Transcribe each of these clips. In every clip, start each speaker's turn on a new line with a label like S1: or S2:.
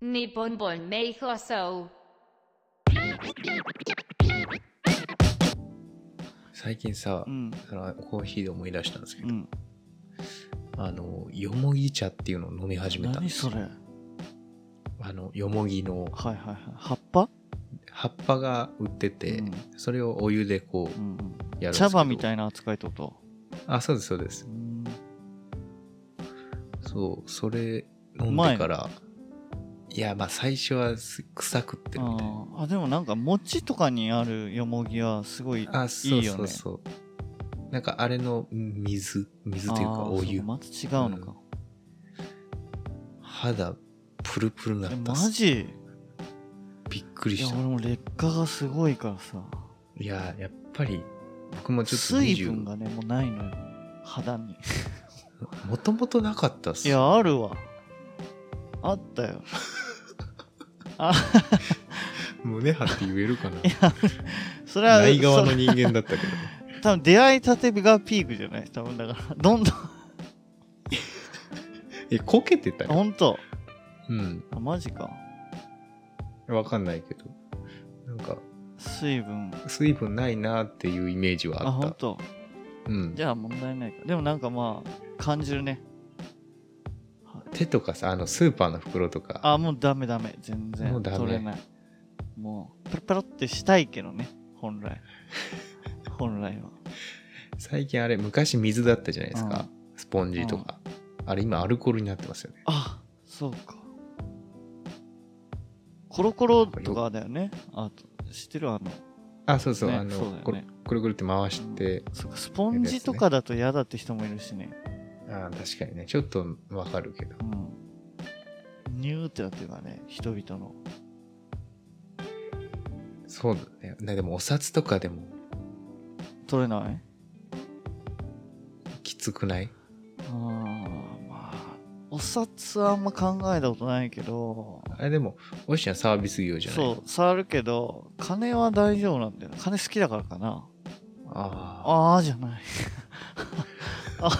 S1: Bun Bun me dijo so.
S2: 最近さ、
S3: うん
S2: そのコーヒーで思い出したんですけ
S3: う
S2: ど、
S3: ん
S2: あのよもぎ茶っていうのを飲み始めたんで
S3: 何
S2: すよ
S3: それはい
S2: あのよもぎの
S3: はいはい葉っぱ
S2: 葉っぱが売ってて、
S3: うん
S2: それをお湯でこ
S3: うんうん
S2: うやるんですけど
S3: 茶葉みたいな扱いってこと
S2: あそうですそうです
S3: うん
S2: そうそれ飲ん
S3: ま
S2: で
S3: い
S2: からいやまあ最初はす臭くってるんで
S3: あーあでもなんか餅とかにあるよもぎはすごい
S2: あ
S3: い
S2: そう
S3: いよ
S2: そう
S3: ね
S2: そうなんかあれのうん水水
S3: あ
S2: というか
S3: ー
S2: お湯
S3: そうまた違うのか、
S2: 肌プルプルになっ
S3: え
S2: たっ
S3: マ
S2: す
S3: ジ
S2: びっくり
S3: いや
S2: した
S3: 俺も劣化がすごいからさ
S2: いややっぱり僕もちょっと
S3: 水
S2: 20
S3: 分がねもうないのよ肌に
S2: もともとなかったっす
S3: いやあるわあったよあ
S2: 胸張って言える かな
S3: それは
S2: ない側の
S3: そ
S2: 人間だったけどね
S3: れ多分出会いたてがピークじゃない多分だからどんどん
S2: えこけてたよ
S3: 本当
S2: うん
S3: あマジか
S2: わかんないけどなんか
S3: 水分
S2: 水分ないなっていうイメージは
S3: あ
S2: あ
S3: 本
S2: った
S3: 当
S2: うん
S3: じゃあ問題ないかでもなんかまあ感じるね
S2: 手とかさあのスーパーの袋とか
S3: あもうダメダメ全然
S2: もうダメ
S3: 取れないもうペロペロってしたいけどね 本来本来は
S2: 最近あれ昔水だったじゃないですかスポンジとかあれ今アルコールになってますよね
S3: あそうかコロコロとかだよねあと知ってるあの
S2: あそうそう
S3: ね
S2: あ
S3: そうだよ
S2: の
S3: ね
S2: これくるくるって回して
S3: そっかスポンジとかだと嫌だって人もいるしね
S2: あー確かにねちょっとわかるけど
S3: うんニューってなってるからね人々の
S2: そうだねねでもお札とかでも
S3: 取れない
S2: きつくない
S3: あーまあお札はあんま考えたことないけど
S2: あれでもおしゃんサービス業じゃない
S3: そう触るけど金は大丈夫なんだよ金好きだからかな
S2: あ
S3: ああじゃない
S2: あ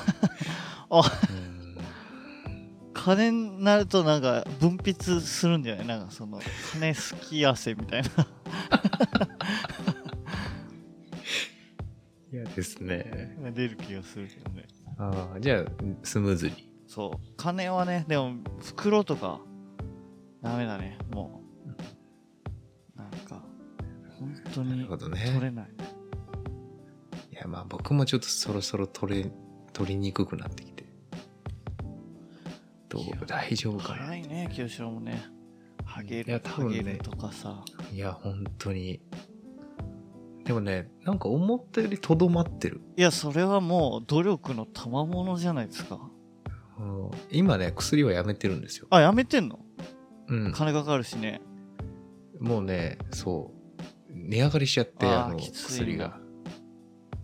S2: うん
S3: 金になるとなんか分泌するんじゃないなんかその金好き汗みたいな
S2: 嫌ですね
S3: 出る気がするけどね
S2: ああじゃあスムーズに
S3: そう金はねでも袋とかダメだねもうなんか本当
S2: な
S3: に
S2: るほど
S3: 取れ
S2: ね
S3: ない
S2: いやまあ僕もちょっとそろそろ取れ取りにくくなってきてど
S3: いや
S2: う大丈夫かな
S3: 早いね清志郎もねハゲ
S2: いや
S3: る
S2: 多
S3: ハ
S2: 分ね
S3: ゲるとかさ
S2: いや本当にでもねなんか思ったよりとどまってる、
S3: いやそれはもう努力の賜物じゃないですか
S2: うん今ね薬はやめてるんですよ、
S3: あやめてんの
S2: うん、
S3: 金かかるしね
S2: もうねそう値上がりしちゃって
S3: あー
S2: あの
S3: きついな
S2: 薬が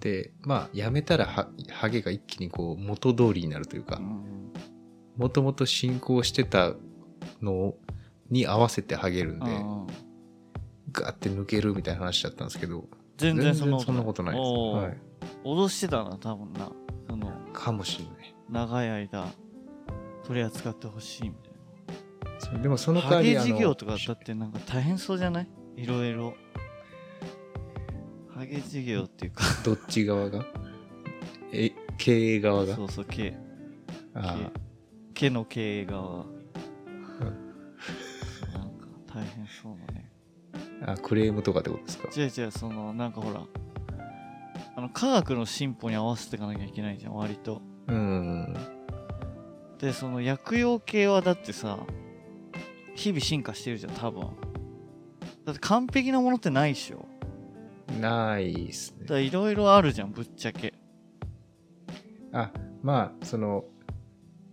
S2: でまあやめたらはハゲが一気にこう元通りになるというか
S3: うん
S2: もともと進行してたのに合わせてハゲるんで
S3: うん
S2: ガーって抜けるみたいな話だったんですけど
S3: 全然そんな
S2: そんなことないです、
S3: おー
S2: はい、
S3: 脅してたな多分なその
S2: かもしれない
S3: 長い間取り扱ってほしいみたい
S2: そうでもその
S3: な
S2: 代
S3: ハ
S2: わり
S3: ゲ事業
S2: あの
S3: とかだってなんか大変そうじゃないいろいろハゲ事業っていうか
S2: どっち側がえ経営側が
S3: そうそう毛
S2: あ
S3: 毛の経営側が
S2: う
S3: なんか大変そうだね
S2: ーあクレームとかってことですか
S3: 違う違うそのなんかほらあの科学の進歩に合わせていかなきゃいけないじゃん割と
S2: うん
S3: でその薬用系はだってさ日々進化してるじゃん多分だって完璧なものってないでしょ
S2: ないです
S3: だ
S2: ね
S3: からいろいろあるじゃんぶっちゃけ
S2: あまあその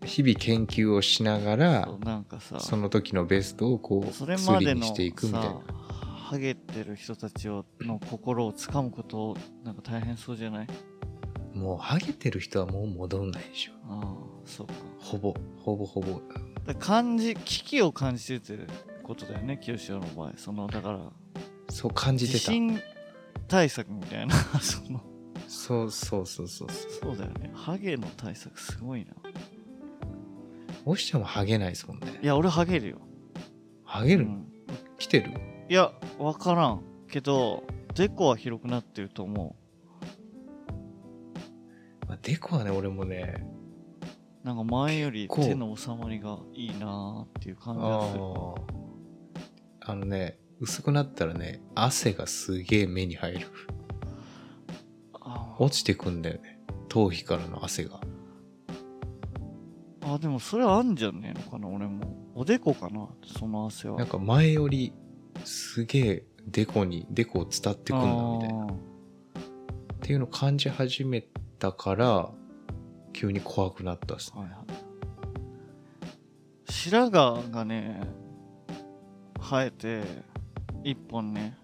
S2: 日々研究をしながら
S3: そうなんかさ
S2: その時のベストをこう
S3: それまで
S2: 薬に
S3: の
S2: していくみたい
S3: さ
S2: な
S3: ハゲてる人たちをの心をつかむことなんか大変そうじゃない
S2: もうハゲてる人はもう戻んないでしょ
S3: ああそうか
S2: ほぼほぼほぼ
S3: だから感じ危機を感じてるってことだよね清志郎の場合そのだから
S2: そう感じ
S3: 地
S2: てた
S3: 震対策みたいな その
S2: そうそうそうそうそう
S3: そうだよねハゲの対策すごいな
S2: おしちゃんもハゲないですもんね
S3: いや俺ハゲるよ
S2: ハゲ
S3: う
S2: るの、
S3: ん
S2: 来てる
S3: いや分からんけどデコは広くなってると思
S2: まあ、デコはね、俺もね、
S3: うなんか前より
S2: 結構
S3: 手の収まりがいいなーっていう感じがする
S2: ああ。あのね、薄くなったらね、汗がすげえ目に入る。
S3: あー
S2: 落ちてくんだよね。頭皮からの汗が。
S3: あでもそれあんじゃねえのかな俺もおでこかなその汗は
S2: なんか前より、すげえデコに、デコを伝ってくんだみたいな。
S3: あー
S2: っていうのを感じ始めたから、急に怖くなったっすね。
S3: はいはい、白髪がね生えて一本ね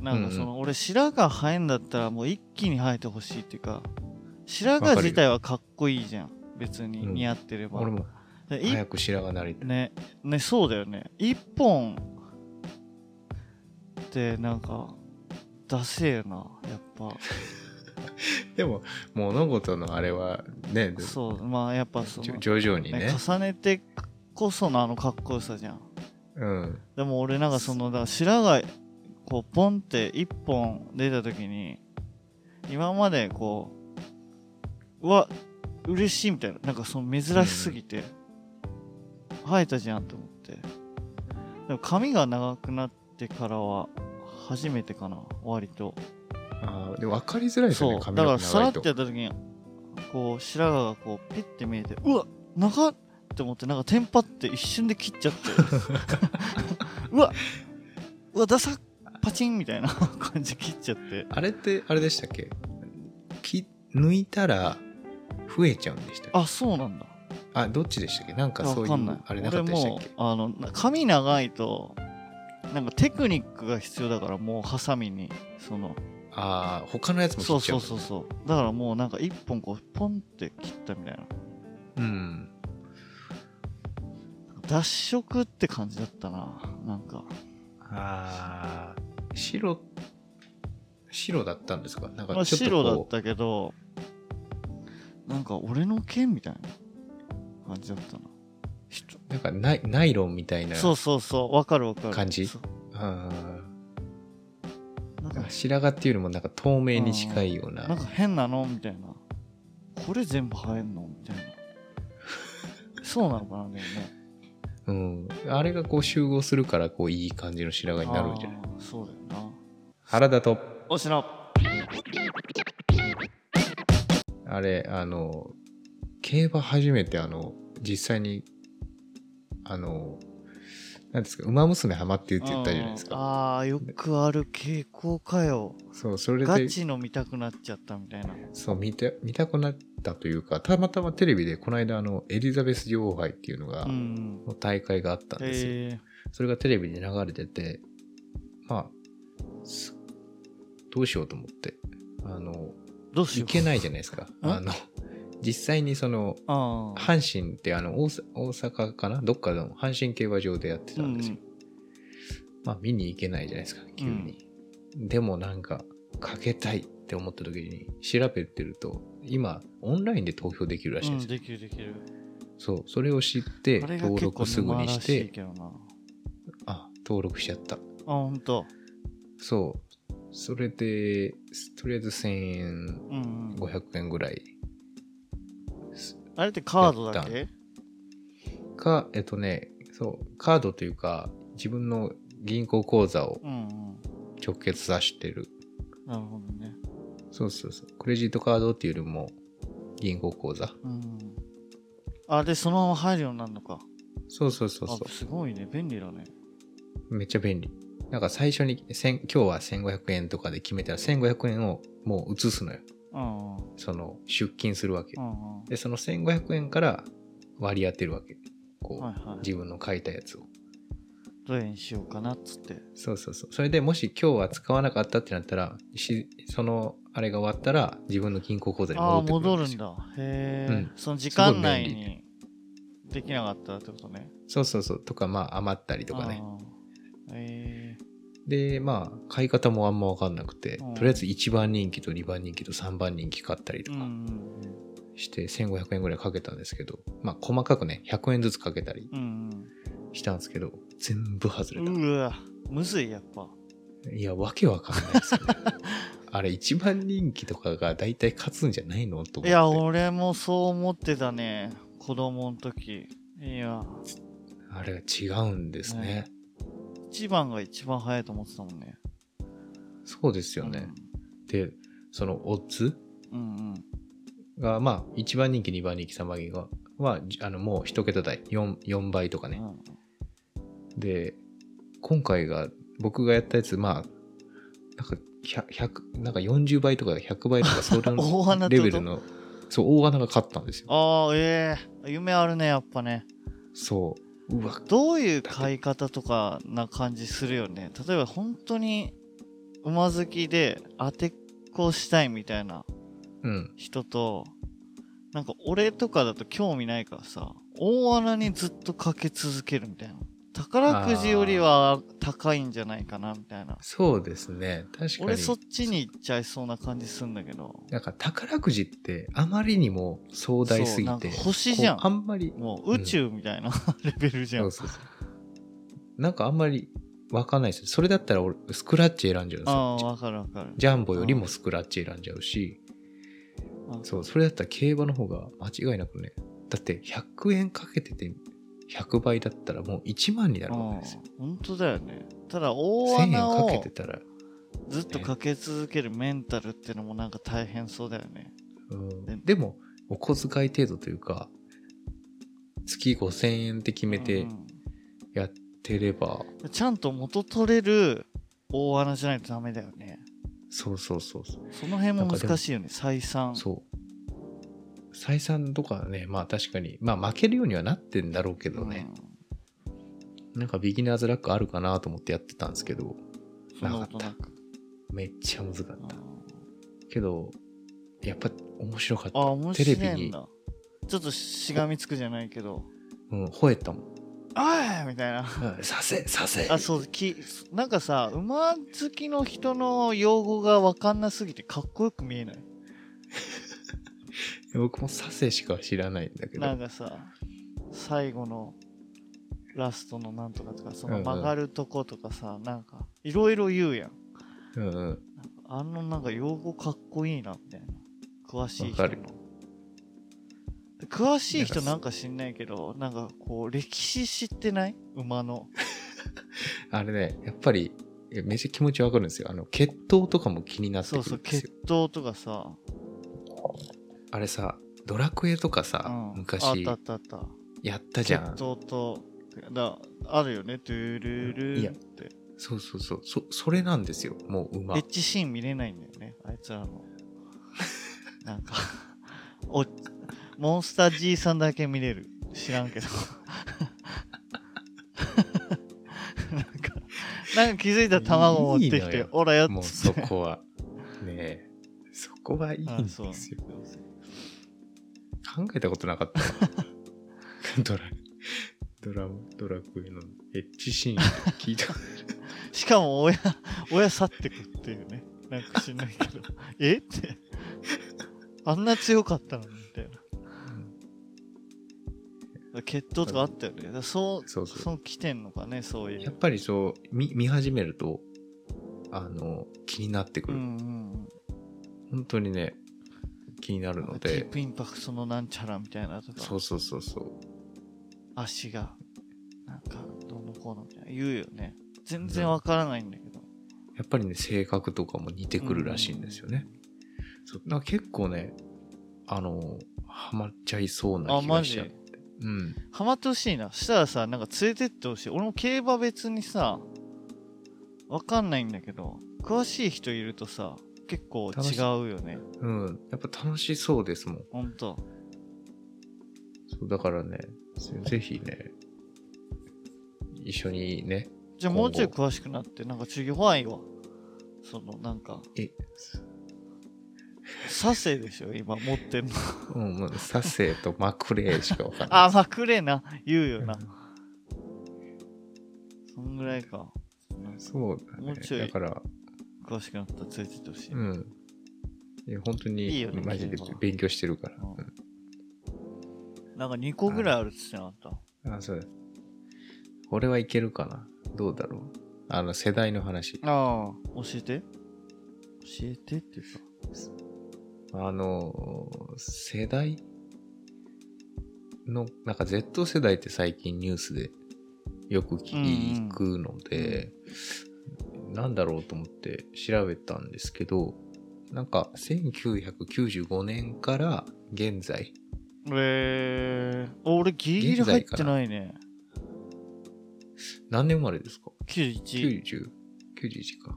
S3: なんかその、
S2: うん
S3: 俺白髪生えんだったらもう一気に生えてほしいっていうか白髪自体はかっこいいじゃん別に
S2: うん
S3: 似合ってれば、
S2: 俺も
S3: でい
S2: 早く白髪なりたい。
S3: ねねそうだよね一本ってなんかダセえなやっぱ
S2: でも、物事のあれはね、
S3: そうまあやっぱその、ね、
S2: 徐々にね。
S3: 重ねてこそのあのかっこよさじゃん
S2: うん。
S3: でも俺なんかそのだから白髪こうポンって一本出た時に今までこううわ嬉しいみたいななんかその珍しすぎて、生えたじゃんと思ってでも髪が長くなってからは初めてかな割と
S2: ああ、でも分かりづらいですよ
S3: そ
S2: ね、
S3: う
S2: 髪
S3: だ
S2: の
S3: から
S2: 毛
S3: さ
S2: 長
S3: ら
S2: い
S3: っ
S2: と
S3: てや。った時にこう白髪がこうピッて見えてうわ長っって思ってなんかテンパって一瞬で切っち ゃってうわうわダサっパチンみたいな 感じで切っちゃって
S2: あれって、あれでしたっけき抜いたら増えちゃうんでしたっけ
S3: あそうなんだ
S2: あどっちでしたっけなんかそうい、
S3: わかんないう
S2: あれなかったでしたっ
S3: 俺も
S2: け
S3: うあのな髪長いとなんかテクニックが必要だからもうハサミにその
S2: ああ、他のやつも切
S3: そ
S2: っ
S3: う
S2: ちゃ。
S3: そううそうそうだからもうなんか一本こうポンって切ったみたいな
S2: うん。
S3: 脱色って感じだったななんか
S2: ああ、白、白だったんですかなん
S3: ま
S2: か
S3: あ、
S2: ちょっ
S3: 白だ
S2: と
S3: っ
S2: こう、
S3: たけどなんか俺の剣みたいな感じだったな人
S2: なんかナイナイロンみたいな。
S3: そうそうそうわかるわかる
S2: 感じ
S3: そう
S2: うん
S3: なん
S2: なん
S3: か
S2: か白髪っていうよりもなんか透明に近いよう
S3: なん
S2: な
S3: か。変なのみたいなこれ全部生えんのみ たいなそうなのかなでもね
S2: うん。あれがこう集合するから、こういい感じの白髪になるんじゃない
S3: あーそうだよな
S2: 原田と、
S3: おしの
S2: あれ、あの、競馬初めて、あの、実際に、あの、なんですか、馬娘ハマってるって言ったじゃないです
S3: うん
S2: か。
S3: あーよくある傾向かよ
S2: そう、それ
S3: ガ
S2: で、
S3: チの見たくなっちゃったみたいな
S2: そう、見た、見たくなったというか、たまたまテレビで、この間、あの、エリザベス女王杯っていうのが、
S3: うん
S2: の大会があったんですよ。
S3: え
S2: それがテレビで流れてて、まあ、すどうしようと思って、あの、
S3: ー、どうし
S2: い
S3: よう
S2: けないじゃないですか。
S3: うん
S2: あの、実際にその、
S3: あー
S2: 阪神ってあの大阪大阪かなどっかの阪神競馬場でやってたんですよ、まあ見に行けないじゃないですか急に、でもなんかかけたいって思った時に調べてると今オンラインで投票できるらしい
S3: うんん
S2: ですよ、
S3: できるできる
S2: そうそれを知って
S3: あれが
S2: 登
S3: 結構
S2: 録すぐにし
S3: 沼らい
S2: て
S3: けどなあ
S2: あ登録しちゃった
S3: ほんと
S2: そうそれでとりあえず1000円
S3: うんうん、
S2: 500円ぐらい
S3: あれってカードだっけ
S2: かえっとねそうカードというか自分の銀行口座を
S3: うんうん
S2: 直結させてる
S3: なるほどね
S2: そうそうそう。クレジットカードっていうよりも、銀行口座。
S3: うんあでそのまま入るようになるのか
S2: そうそうそうそ
S3: あすごいね便利だね
S2: う。めっちゃ便利。なんか最初に、千今日は1500円とかで決めたら、1500円をもう移すのよ。
S3: うんうん
S2: その、出勤するわけ
S3: う。んうん
S2: で、その1500円から割り当てるわけ。こう、
S3: はいはい
S2: 自分の書いたやつを。
S3: どれにしようかなっつって
S2: そうそうそう。それでもし今日は使わなかったってなったら、しその、あれが終わったら、自分の銀行口座に戻
S3: ああ
S2: ってくる
S3: 戻
S2: んで
S3: る
S2: す
S3: ん
S2: よ。
S3: だへえ、
S2: うん
S3: その時間
S2: す
S3: 内
S2: ごい便
S3: にできなかったってことね
S2: そうそうそう。とか、まあ、余ったりとかね。
S3: あーへ
S2: でまあ買い方もあんま分かんなくて、
S3: うん
S2: とりあえず1番人気と2番人気と3番人気買ったり
S3: え
S2: と
S3: う
S2: か
S3: んうん
S2: して、1500円ぐらいかけたんですけどまあ細かくね100円ずつかけたり
S3: うんうん
S2: したんですけど、全部外れた。
S3: うわむずいやっぱ
S2: いや、わけわかんないですよ ね。あれ、一番人気とかが大体勝つんじゃないのと思って。
S3: いや俺もそう思ってたね子供の時いや
S2: あれが違うんですね。
S3: 1番が一番早いと思ってたもんね
S2: そうですよね。で、そのオッズ
S3: うんうん
S2: が、まあ、1番人気、2番人気、3番人気が、は、じあの、もう1桁台、4, 4倍とか
S3: うんう
S2: ね。
S3: ん
S2: で、今回が、僕がやったやつ、まあ、なんか、100、なんか40倍とか100倍とか、それ
S3: 大穴
S2: の
S3: って
S2: レ
S3: こ
S2: ベ
S3: と
S2: ルの、そう、大穴が勝ったんですよ。
S3: ああええ夢あるねやっぱね
S2: そう。うわ、
S3: どういう買い方とかな感じするよね例えば本当に馬好きで当てっこしたいみたいな
S2: うん。
S3: 人となんか俺とかだと興味ないからさ大穴にずっとかけ続けるみたいな宝くじよりは高いんじゃないかなみたいな
S2: そうですね。確かに
S3: 俺。そっちに行っちゃいそうな感じすんだけど
S2: なんか宝くじってあまりにも壮大すぎ
S3: そう
S2: て
S3: なんか星じゃん
S2: こうあんまり
S3: もう宇宙みたいな レベルじゃん、
S2: そうそうそうなんかあんまりわかんないですそれだったら俺スクラッチ選んじゃうんです
S3: あ
S2: よ
S3: あ
S2: ジャ
S3: わかるわかる
S2: ジャンボよりもスクラッチ選んじゃうし
S3: うん
S2: そうそれだったら競馬の方が間違いなくねだって100円かけてて100倍だったらもう1万になるわけですよ
S3: うん本当だよねただ大
S2: 1000円
S3: 穴
S2: か
S3: を
S2: けてたら、
S3: ずっとかけ続けるメンタルってのもなんか大変そうだよね
S2: うん、でもお小遣い程度というか月5000円って決め
S3: う
S2: て
S3: ん
S2: やってれば、
S3: ちゃんと元取れる大穴じゃないとダメだよね
S2: そうそうそうそう
S3: その辺も難しいよね採算
S2: そう。採算とかね、まあ確かに、まあ負けるようにはなってんだろうけどね、なんかビギナーズラックあるかなと思ってやってたんですけど、
S3: うんそんなことなく
S2: めっちゃ難かった。
S3: うん
S2: けど、やっぱ面白かっ
S3: あ面
S2: た。テ
S3: 白
S2: レ
S3: いんだ
S2: ビに、
S3: ちょっとしがみつくじゃないけど
S2: うん、吠えたもん。
S3: 「ああ!」みたいな
S2: うんさせ、させ。
S3: あそうきなんかさ馬好きの人の用語が分かんなすぎてかっこよく見えない
S2: 僕もさせしか知らないんだけ
S3: なん
S2: ど、
S3: かさ最後のラストのなんとかとかそ
S2: うん
S3: の
S2: うん
S3: 曲がるとことかさ、なんかいろいろ言うやん
S2: うんうん。
S3: あのなんか用語かっこいいなみたいな詳しい人
S2: わ
S3: の
S2: かる
S3: で詳しい人
S2: なんか
S3: なんか知んないけどなんかこう歴史知ってない馬の
S2: あれね、やっぱり、えめっちゃ気持ちわかるんですよ。あの、血統とかも気になってく
S3: そ
S2: るん
S3: う
S2: です
S3: そ
S2: よ。
S3: う血統とかさ、
S2: あれさ、ドラクエとかさ、
S3: うん、あっ
S2: 昔
S3: たあったあった
S2: やったじ
S3: 血
S2: ゃん。
S3: 統とだあるよねトゥルル
S2: い
S3: ル
S2: や
S3: って
S2: そうそうそう。そ、それなんですよ。もう馬。
S3: エッチシーン見れないんだよねあいつらの なんかおモンスター G さんだけ見れる知らんけど なんかなんか気づいたら卵持って
S2: いい
S3: き
S2: の
S3: て
S2: よ
S3: 「オラよ」
S2: も
S3: っ
S2: う
S3: つ
S2: そ
S3: って
S2: こは。ねえ。そこはいい
S3: あ
S2: んです
S3: そう
S2: よ
S3: なん。ですよ
S2: 考えたことなかった。 ドラ、ドラ、ドラクエのエッチシーンって聞い た。
S3: しかも親親去ってくっていうねなんか知んないけど 「えっ?」てあんな強かったのにみたいな血統とかあったよねだからそう
S2: そうそう
S3: の来てんのかねそういう
S2: やっぱりそう、見、見始めると、あの、気になってく
S3: う
S2: る。
S3: んうんうん
S2: 本当にね、気になる
S3: なん
S2: の
S3: かキ
S2: で
S3: ー。プインパクトのなんちゃらみたいなとか
S2: そうそうそうそう。
S3: 足がなんかどうのこうのみたいな言うよね全然わからないんだけど、
S2: やっぱりね、性格とかも似てくるらしいんですよね。そうなんか結構ね、あの、ハマっちゃいそうな
S3: あ
S2: 気
S3: マ
S2: がし
S3: ジ
S2: ちゃう。うん。
S3: ハマってほしいなしたらさなんか連れてってほしい俺も競馬別にさわかんないんだけど詳しい人いるとさ結構
S2: 楽しいう
S3: 違よね
S2: うん。やっぱ楽しそうですもん。
S3: ほんと
S2: そうだからね、ぜひね、一緒にね、
S3: じゃあ
S2: 今
S3: も
S2: 後
S3: うちょい詳しくなってなんか次怖いわそのなんか
S2: え、
S3: サセでしょ今持ってんの
S2: うん、もう、サセとマクレーしかわかんない。
S3: あまあくれな言うよな、
S2: うん
S3: そんぐらいか
S2: そうだ
S3: も
S2: ね
S3: うち。ょい
S2: だから、
S3: 詳しくなったら連れてってほしい、
S2: うん。いや、本当に、
S3: いいよね
S2: マジで
S3: 競馬
S2: 勉強してるから。
S3: うん
S2: うん
S3: なんか2個ぐらいあるっつってなかった
S2: あ、そうだ。俺はいけるかなどうだろうあの世代の話
S3: ああ、教えて。教えてっていうか。
S2: あの世代のなんか Z 世代って最近ニュースでよく聞くので、なんだろうと思って調べたんですけどなんか1995年から現在
S3: えー、俺ギリギリ入ってないね。
S2: 何年生まれですか
S3: 91。
S2: ?90?91 か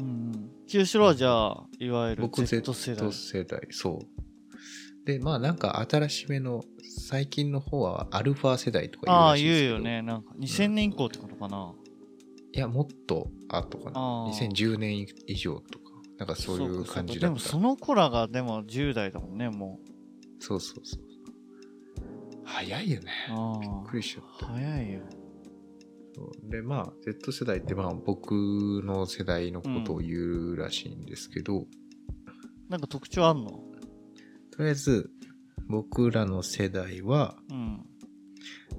S3: うんうん。九州はじゃあ、いわゆる
S2: 僕
S3: Z 世代
S2: Z。世代そうでまあなんか新しめの最近の方はアルファ世代とか
S3: あ
S2: ら
S3: あ、
S2: しいんで
S3: 言
S2: す
S3: う
S2: けど
S3: よね。なんか2000年以降ってことかな。
S2: いや、もっと後かな。
S3: ああ。
S2: 2010年以上とか、なんかそういう感じだ
S3: そうかそうかで
S2: っ
S3: も
S2: た。
S3: その子らがでも10代だもんね、もう。
S2: そうそうそう。早いよね。
S3: あ
S2: びっくりしちゃ
S3: あ。
S2: った。
S3: 早いよ。
S2: そうで、まあ、Z 世代って、まあ、僕の世代のことを言うらしいんですけど、
S3: なんか特徴あんの
S2: とりあえず、僕らの世代は、
S3: うん。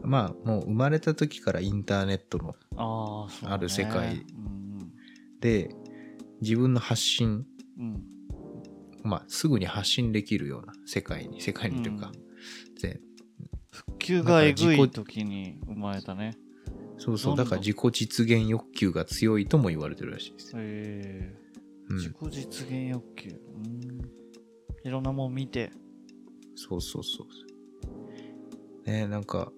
S2: まあ、もう生まれた時からインターネットの
S3: ああ、そう、ね。
S2: ある世界
S3: うん
S2: で、自分の発信、
S3: うん。うん。
S2: まあ、すぐに発信できるような世界に、世界にというか、全
S3: 復旧がえぐい時に生まれたね。
S2: そうそう、
S3: どんどん
S2: だから自己実現欲求が強いとも言われてるらしいです。
S3: え
S2: う
S3: え
S2: ん
S3: 自己、実現欲求。うん。いろんなもん見て。
S2: そうそうそう。ねえなんか、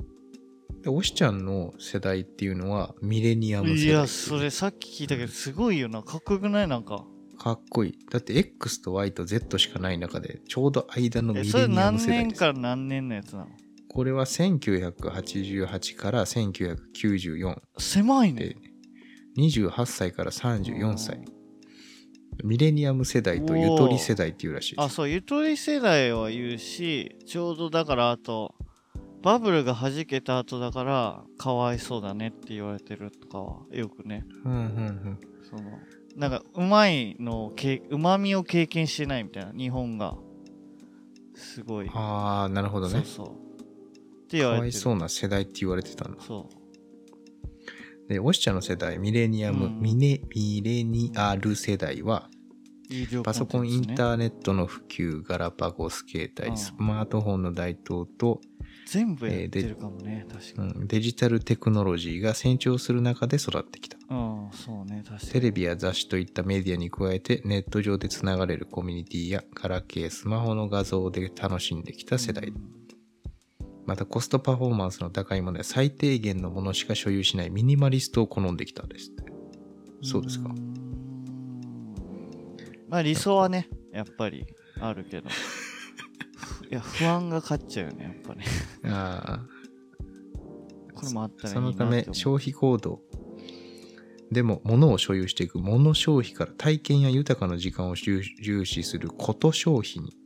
S2: でおしちゃんの世代っていうのはミレニアム世代。
S3: いや、それさっき聞いたけど、すごいよな。かっこよくないなんか。
S2: かっこいい。だって X と Y と Z しかない中で、ちょうど間のミ
S3: え、
S2: レ
S3: それ
S2: ニアム
S3: 何
S2: 世代
S3: 年
S2: です。
S3: から何年のやつなの
S2: これは1988から1994
S3: 狭いね
S2: で。、28歳から34歳。ミレニアム世代とゆとり世代っていうらしいで
S3: あ
S2: す。
S3: そうゆとり世代は言うしちょうどだからあとバブルが弾けた後だからかわいそうだねって言われてるとかはよくね
S2: うんうんうん。
S3: そのなんかうまいのをうまみを経験してないみたいな日本がすごい、
S2: ああ、なるほど
S3: そう
S2: ね。
S3: そうって言
S2: か
S3: われて
S2: わ
S3: る
S2: いそうな世代って言われてたんだ。
S3: そ
S2: で、オシちゃんの世代、ミレニアム、
S3: うん
S2: ミネ、ミレニアル世代は、
S3: う有料
S2: パソコン、イン
S3: ー
S2: ターネットの普及、ガラパゴス携
S3: うん
S2: 帯、スマートフォンの台頭と、
S3: 全部や
S2: え
S3: っ
S2: ー
S3: て
S2: で
S3: るかもね、確
S2: う
S3: かに
S2: んデジタルテクノロジーが成長する中で育ってきた。
S3: うん、そうね確かに
S2: テレビや雑誌といったメディアに加えて、ネット上でつながれるコミュニティや、ガラケー、スマホの画像で楽しんできた世代
S3: うん。
S2: また、コストパフォーマンスの高いものや最低限のものしか所有しないミニマリストを好んできたですって。そうですか
S3: ー。んまあ理想はね、やっぱりある けど。ふいや、不安が勝っちゃうよね、やっぱり。
S2: あ
S3: これもあっ
S2: あ、
S3: たらいい
S2: そ
S3: な
S2: の
S3: って
S2: た
S3: 思う
S2: め消費行動でも物を所有していく物消費から体験や豊かな時間を重重視すること消費に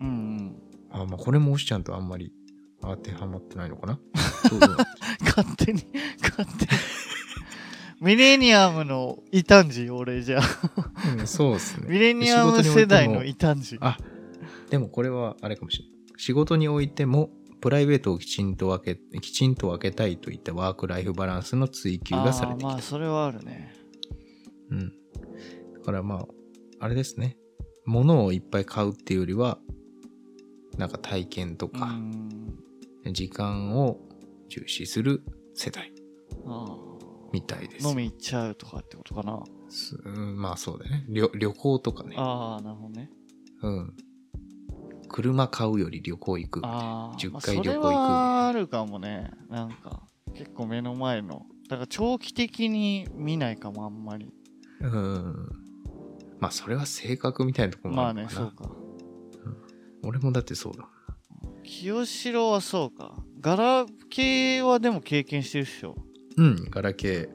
S3: うん
S2: あーまあこれもおしちゃんとあんまり当てはまってないのかなそうそう
S3: うん。勝手に、勝手に。ミレニアムの異端児、俺じ ゃあ。
S2: うんそうですね
S3: ミレニアム世代の
S2: 仕事におい
S3: 異端児
S2: あ。てもでもこれはあれかもしれない仕事においてもプライベートをきちんと分けきちんと分けたいといったワーク・ライフ・バランスの追求がされてき
S3: あー
S2: た
S3: まあ、それはあるね。
S2: うん。だからまあ、あれですね。物をいっぱい買うっていうよりは、なんか体験と
S3: う
S2: か、
S3: ん。
S2: 時間を重視する世代
S3: あ
S2: みたいで
S3: ー
S2: す
S3: 飲。み行っちゃうとかってことかな。
S2: すうんまあそうだね。旅旅行とかね。
S3: ああ、なるほどね。
S2: うん。車買うより旅行行く。
S3: ああ
S2: 10
S3: まあ
S2: 回旅行行く
S3: それはあるかもねなんか結構目の前のだから長期的に見ないかもあんまり
S2: うん。まあそれは性格みたいなところも
S3: ま
S2: あ
S3: あ
S2: るの
S3: ね
S2: かな。
S3: そうか
S2: 俺もだってそうだ。
S3: 清志郎はそうかガラケーはでも経験してるっしょ
S2: うん、ガラケー。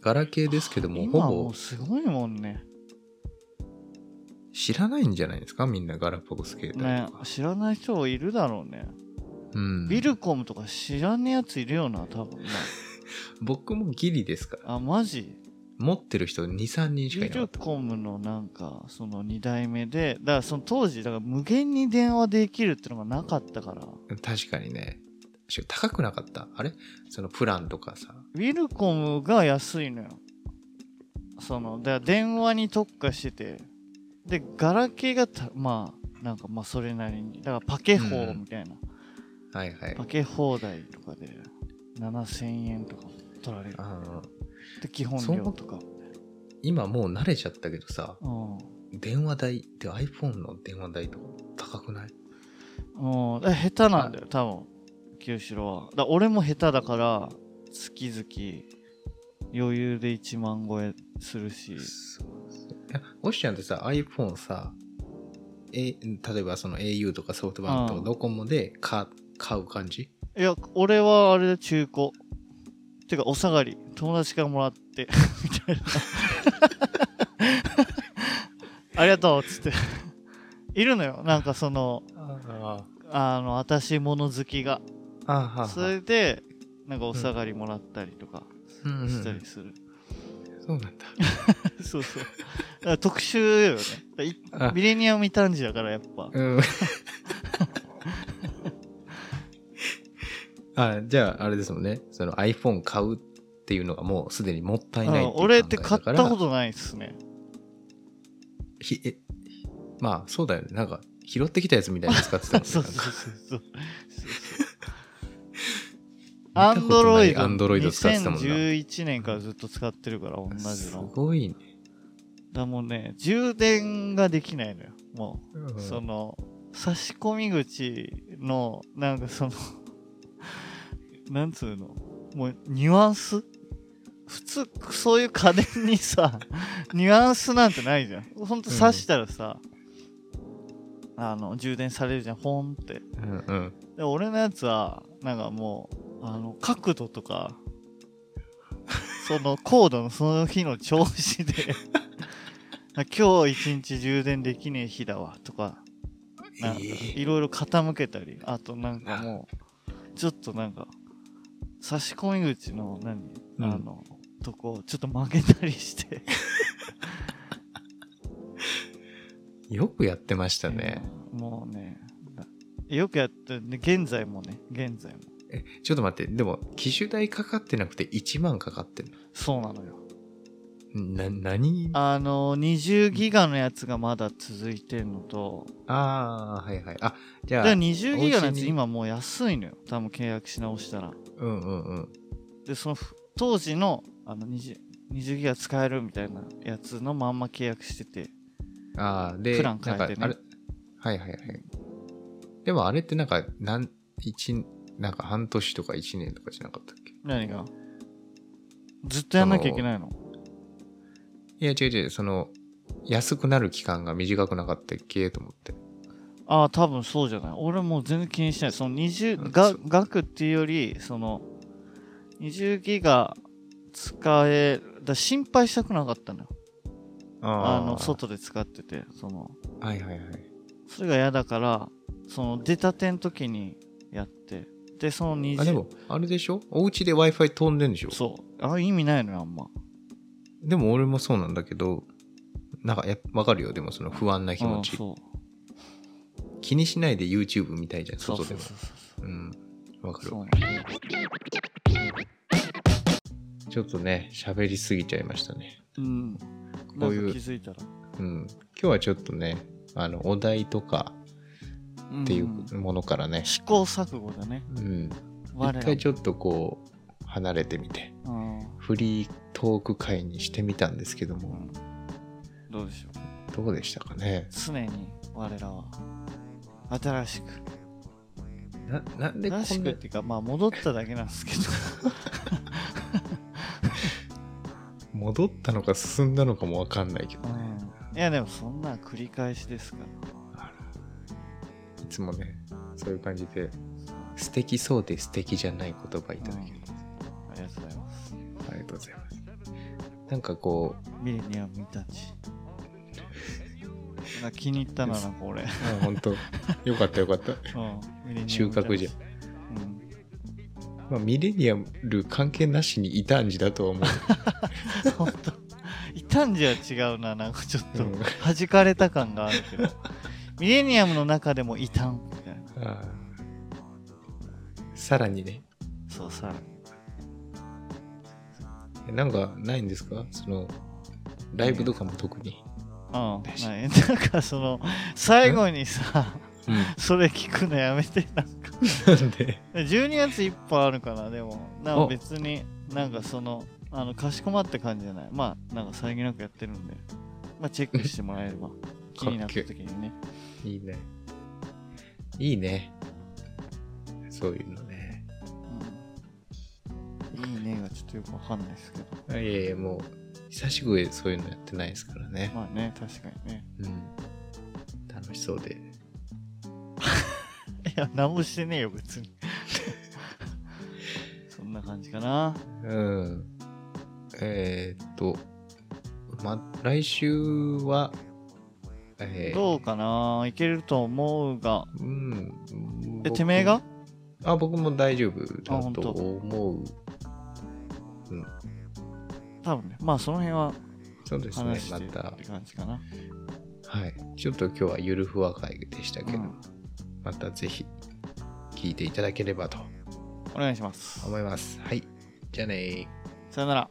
S2: ガラケーですけども、
S3: 今は
S2: ほ
S3: も
S2: ぼ
S3: うすごいもんね
S2: 知らないんじゃないですかみんなガラパゴス携帯とか。
S3: ね知らない人いるだろうね、
S2: うん、
S3: ビルコムとか知らねえやついるよな多分ね
S2: 僕もギリですから
S3: あマジ
S2: 持ってる人23人しか
S3: ビ
S2: いなか
S3: ル
S2: った
S3: コムのなんかその2代目でだからその当時だから無限に電話できるってのがなかったから
S2: 確かにねしかも高くなかったあれそのプランとかさ
S3: ウィルコムが安いのよそのだから電話に特化しててでガラケーがたまあなんかまあそれなりにだからパケ放みたいな、
S2: はいはい
S3: パケ放題とかで7000円とか取られる
S2: あの
S3: で基本料とか
S2: 今もう慣れちゃったけどさ
S3: うん
S2: 電話代って iPhone の電話代とか高くない
S3: うん、だから下手なんだよ、多分清志郎は。だから俺も下手だから、月々、余裕で1万超えするし、
S2: そうですねいやオシちゃんってさ iPhone さ、え例えばその au とかソフトバンクと
S3: うん
S2: かドコモで買買う感じ
S3: いや、俺はあれで中古。てか、お下がり、友達からもらって、みたいな。ありがとうっつって。いるのよ、なんかその、
S2: あ
S3: あの、私物好きが。
S2: ああ
S3: それで、なんかお下がりもらったりとか
S2: うんうん
S3: したりする。
S2: そうなんだ
S3: そうそう。だから特殊よね。だい
S2: あ
S3: ミレニアム異端児だからやっぱ。
S2: うんあじゃああれですもんねその iPhone 買うっていうのがもうすでにもったいない
S3: うん
S2: いう
S3: 俺って
S2: 考え
S3: 買っ
S2: だか
S3: た
S2: ら
S3: ことないっすね。
S2: ひえまあそうだよねなんか拾ってきたやつみたいに使って たもんね
S3: そうそ
S2: な
S3: う
S2: んか
S3: そうそう。ア
S2: た
S3: ン
S2: こ
S3: ド
S2: と
S3: ロ
S2: な
S3: イ
S2: い
S3: ド
S2: Android 使ってたもんな
S3: 2011年からずっと使ってるから同じ
S2: す
S3: の。
S2: ごいね、
S3: だもんね、充電ができないのよ。もう、そ
S2: の
S3: の、差し込み口の、なんかその、 なんつうの、もうニュアンス普通、そういう家電にさ、 ニュアンスなんてないじゃん。ほんと挿したらさ、あの、充電されるじゃん、ほんって。
S2: うんうん
S3: で俺のやつはなんかもうあの角度 とかそのコードのその日の調子で 今日一日充電できねえ日だわとかなんか
S2: ええ
S3: いろいろ傾けたりあとなんかもうちょっとなんか差し込み口の何、
S2: うん
S3: あのとこちょっと曲げたりして
S2: よくやってましたね。
S3: もうねよくやってで現在もね現在も
S2: え、ちょっと待って、でも、機種代かかってなくて1万かかってん
S3: そうなのよ
S2: の。な、何あ
S3: あの20ギガのやつがまだ続いてるのと、
S2: あー、はいはい。あ、じ
S3: で
S2: ゃあ、
S3: 20ギガのや
S2: おうち
S3: つ
S2: に
S3: 今もう安いのよ多分契約し直したら
S2: うんうんうん。
S3: でそのふ当時のあの 20, 20ギガ使えるみたいなやつのまんま契約してて
S2: ああ、で、
S3: プラン変えて
S2: な
S3: ね
S2: んかあれはいはいはい。でもあれってなんか、なん、一、なんか半年とか1年とかじゃなかったっけ
S3: 何がずっとやんなきゃいけないの
S2: いや違う違う、その、安くなる期間が短くなかったっけと思って。
S3: ああ多分そうじゃない俺もう全然気にしないその
S2: う
S3: 20
S2: ん
S3: が
S2: そう
S3: 額っていうよりその20ギガ使えだ心配したくなかったのよあの外で使っててその
S2: はいはいはい。
S3: それが嫌だからその出たての時にやってでその20
S2: あ、でも、あれでしょお家で Wi-Fi 飛んでんでしょ
S3: そうあ意味ないのよあんま
S2: でも俺もそうなんだけど、なんかや、わかるよ。でもその不安な気持
S3: うん
S2: ち。
S3: そう
S2: 気にしないで YouTube 見たいじゃん、
S3: そう
S2: 外で
S3: そう
S2: も。
S3: そう
S2: うん。わか
S3: そう
S2: る
S3: そ。う
S2: ちょっとね、喋りすぎちゃいましたね。
S3: うん
S2: こういう
S3: なんか気づいたら
S2: うん。今日はちょっとね、あの、お題とかっていうんものからね、
S3: 試行錯誤だね
S2: うん。
S3: 我
S2: 一
S3: ら
S2: 回ちょっとこう、離れてみて、
S3: うん
S2: フリートーク会にしてみたんですけど
S3: う
S2: も、
S3: んどうでしょう
S2: どうでしたかね。
S3: 常に我らは新しく
S2: な、なんでこん
S3: 新しく
S2: な
S3: っ、ていうかまあ戻っただけなんですけど
S2: 戻ったのか進んだのかもわかんないけど
S3: う
S2: ね。
S3: んいやでもそんな繰り返しです から
S2: いつもね、そういう感じで、素敵そうで素敵じゃない言葉いただきます。
S3: ありがとうございます
S2: ありがとうございます。なんかこ
S3: ミレニアムたち。なんか気に入ったな、なん か俺。
S2: う、あ本当よかったよか った。
S3: うん、ミレニアム
S2: 収穫じゃん
S3: ん。
S2: まあ、ミレニアル関係なしに異端児だとは思う。
S3: うん、ほんと。異端児は違うな、なんかちょっと
S2: うん
S3: 弾かれた感があるけど。ミレニアムの中でも異端みたいな。
S2: ああさらにね。
S3: そうさ
S2: なんかないんですかその、ライブとかも特に。
S3: うんないなんかその最後にさ
S2: うん。
S3: それ聞くのやめてな
S2: な
S3: んか
S2: ん で、
S3: 12月いっぱいあるからでもなんか
S2: お
S3: 別になんかそのあのかしこまって感じじゃないまあなんかさりげなくやってるんでまあチェックしてもらえれば気になった時にね
S2: いいね。いいね。そういうのね。
S3: うんいいねがちょっとよくわかんないですけど
S2: あいやいや、もう、久しぶりそういうのやってないですからね。
S3: まあね確かにね
S2: うん。楽しそうで。
S3: いや何もしてねえよ別に そんな感じかな
S2: うん。えー、っと、ま、来週は、えー
S3: どうかないけると思うが
S2: うん。
S3: え
S2: 僕
S3: てめえが
S2: あ、僕も大丈夫
S3: あ
S2: だ
S3: 本
S2: と
S3: 当
S2: 思う。うん。
S3: 多分ねまあその辺は
S2: そうですね
S3: 話、し
S2: ま
S3: て
S2: た
S3: っ。て感じかな、
S2: はい。ちょっと今日はゆるふわ会でしたけど、
S3: うん
S2: またぜひ聞いていただければと
S3: お願いします
S2: 思います。はい。じゃあねー。
S3: さよなら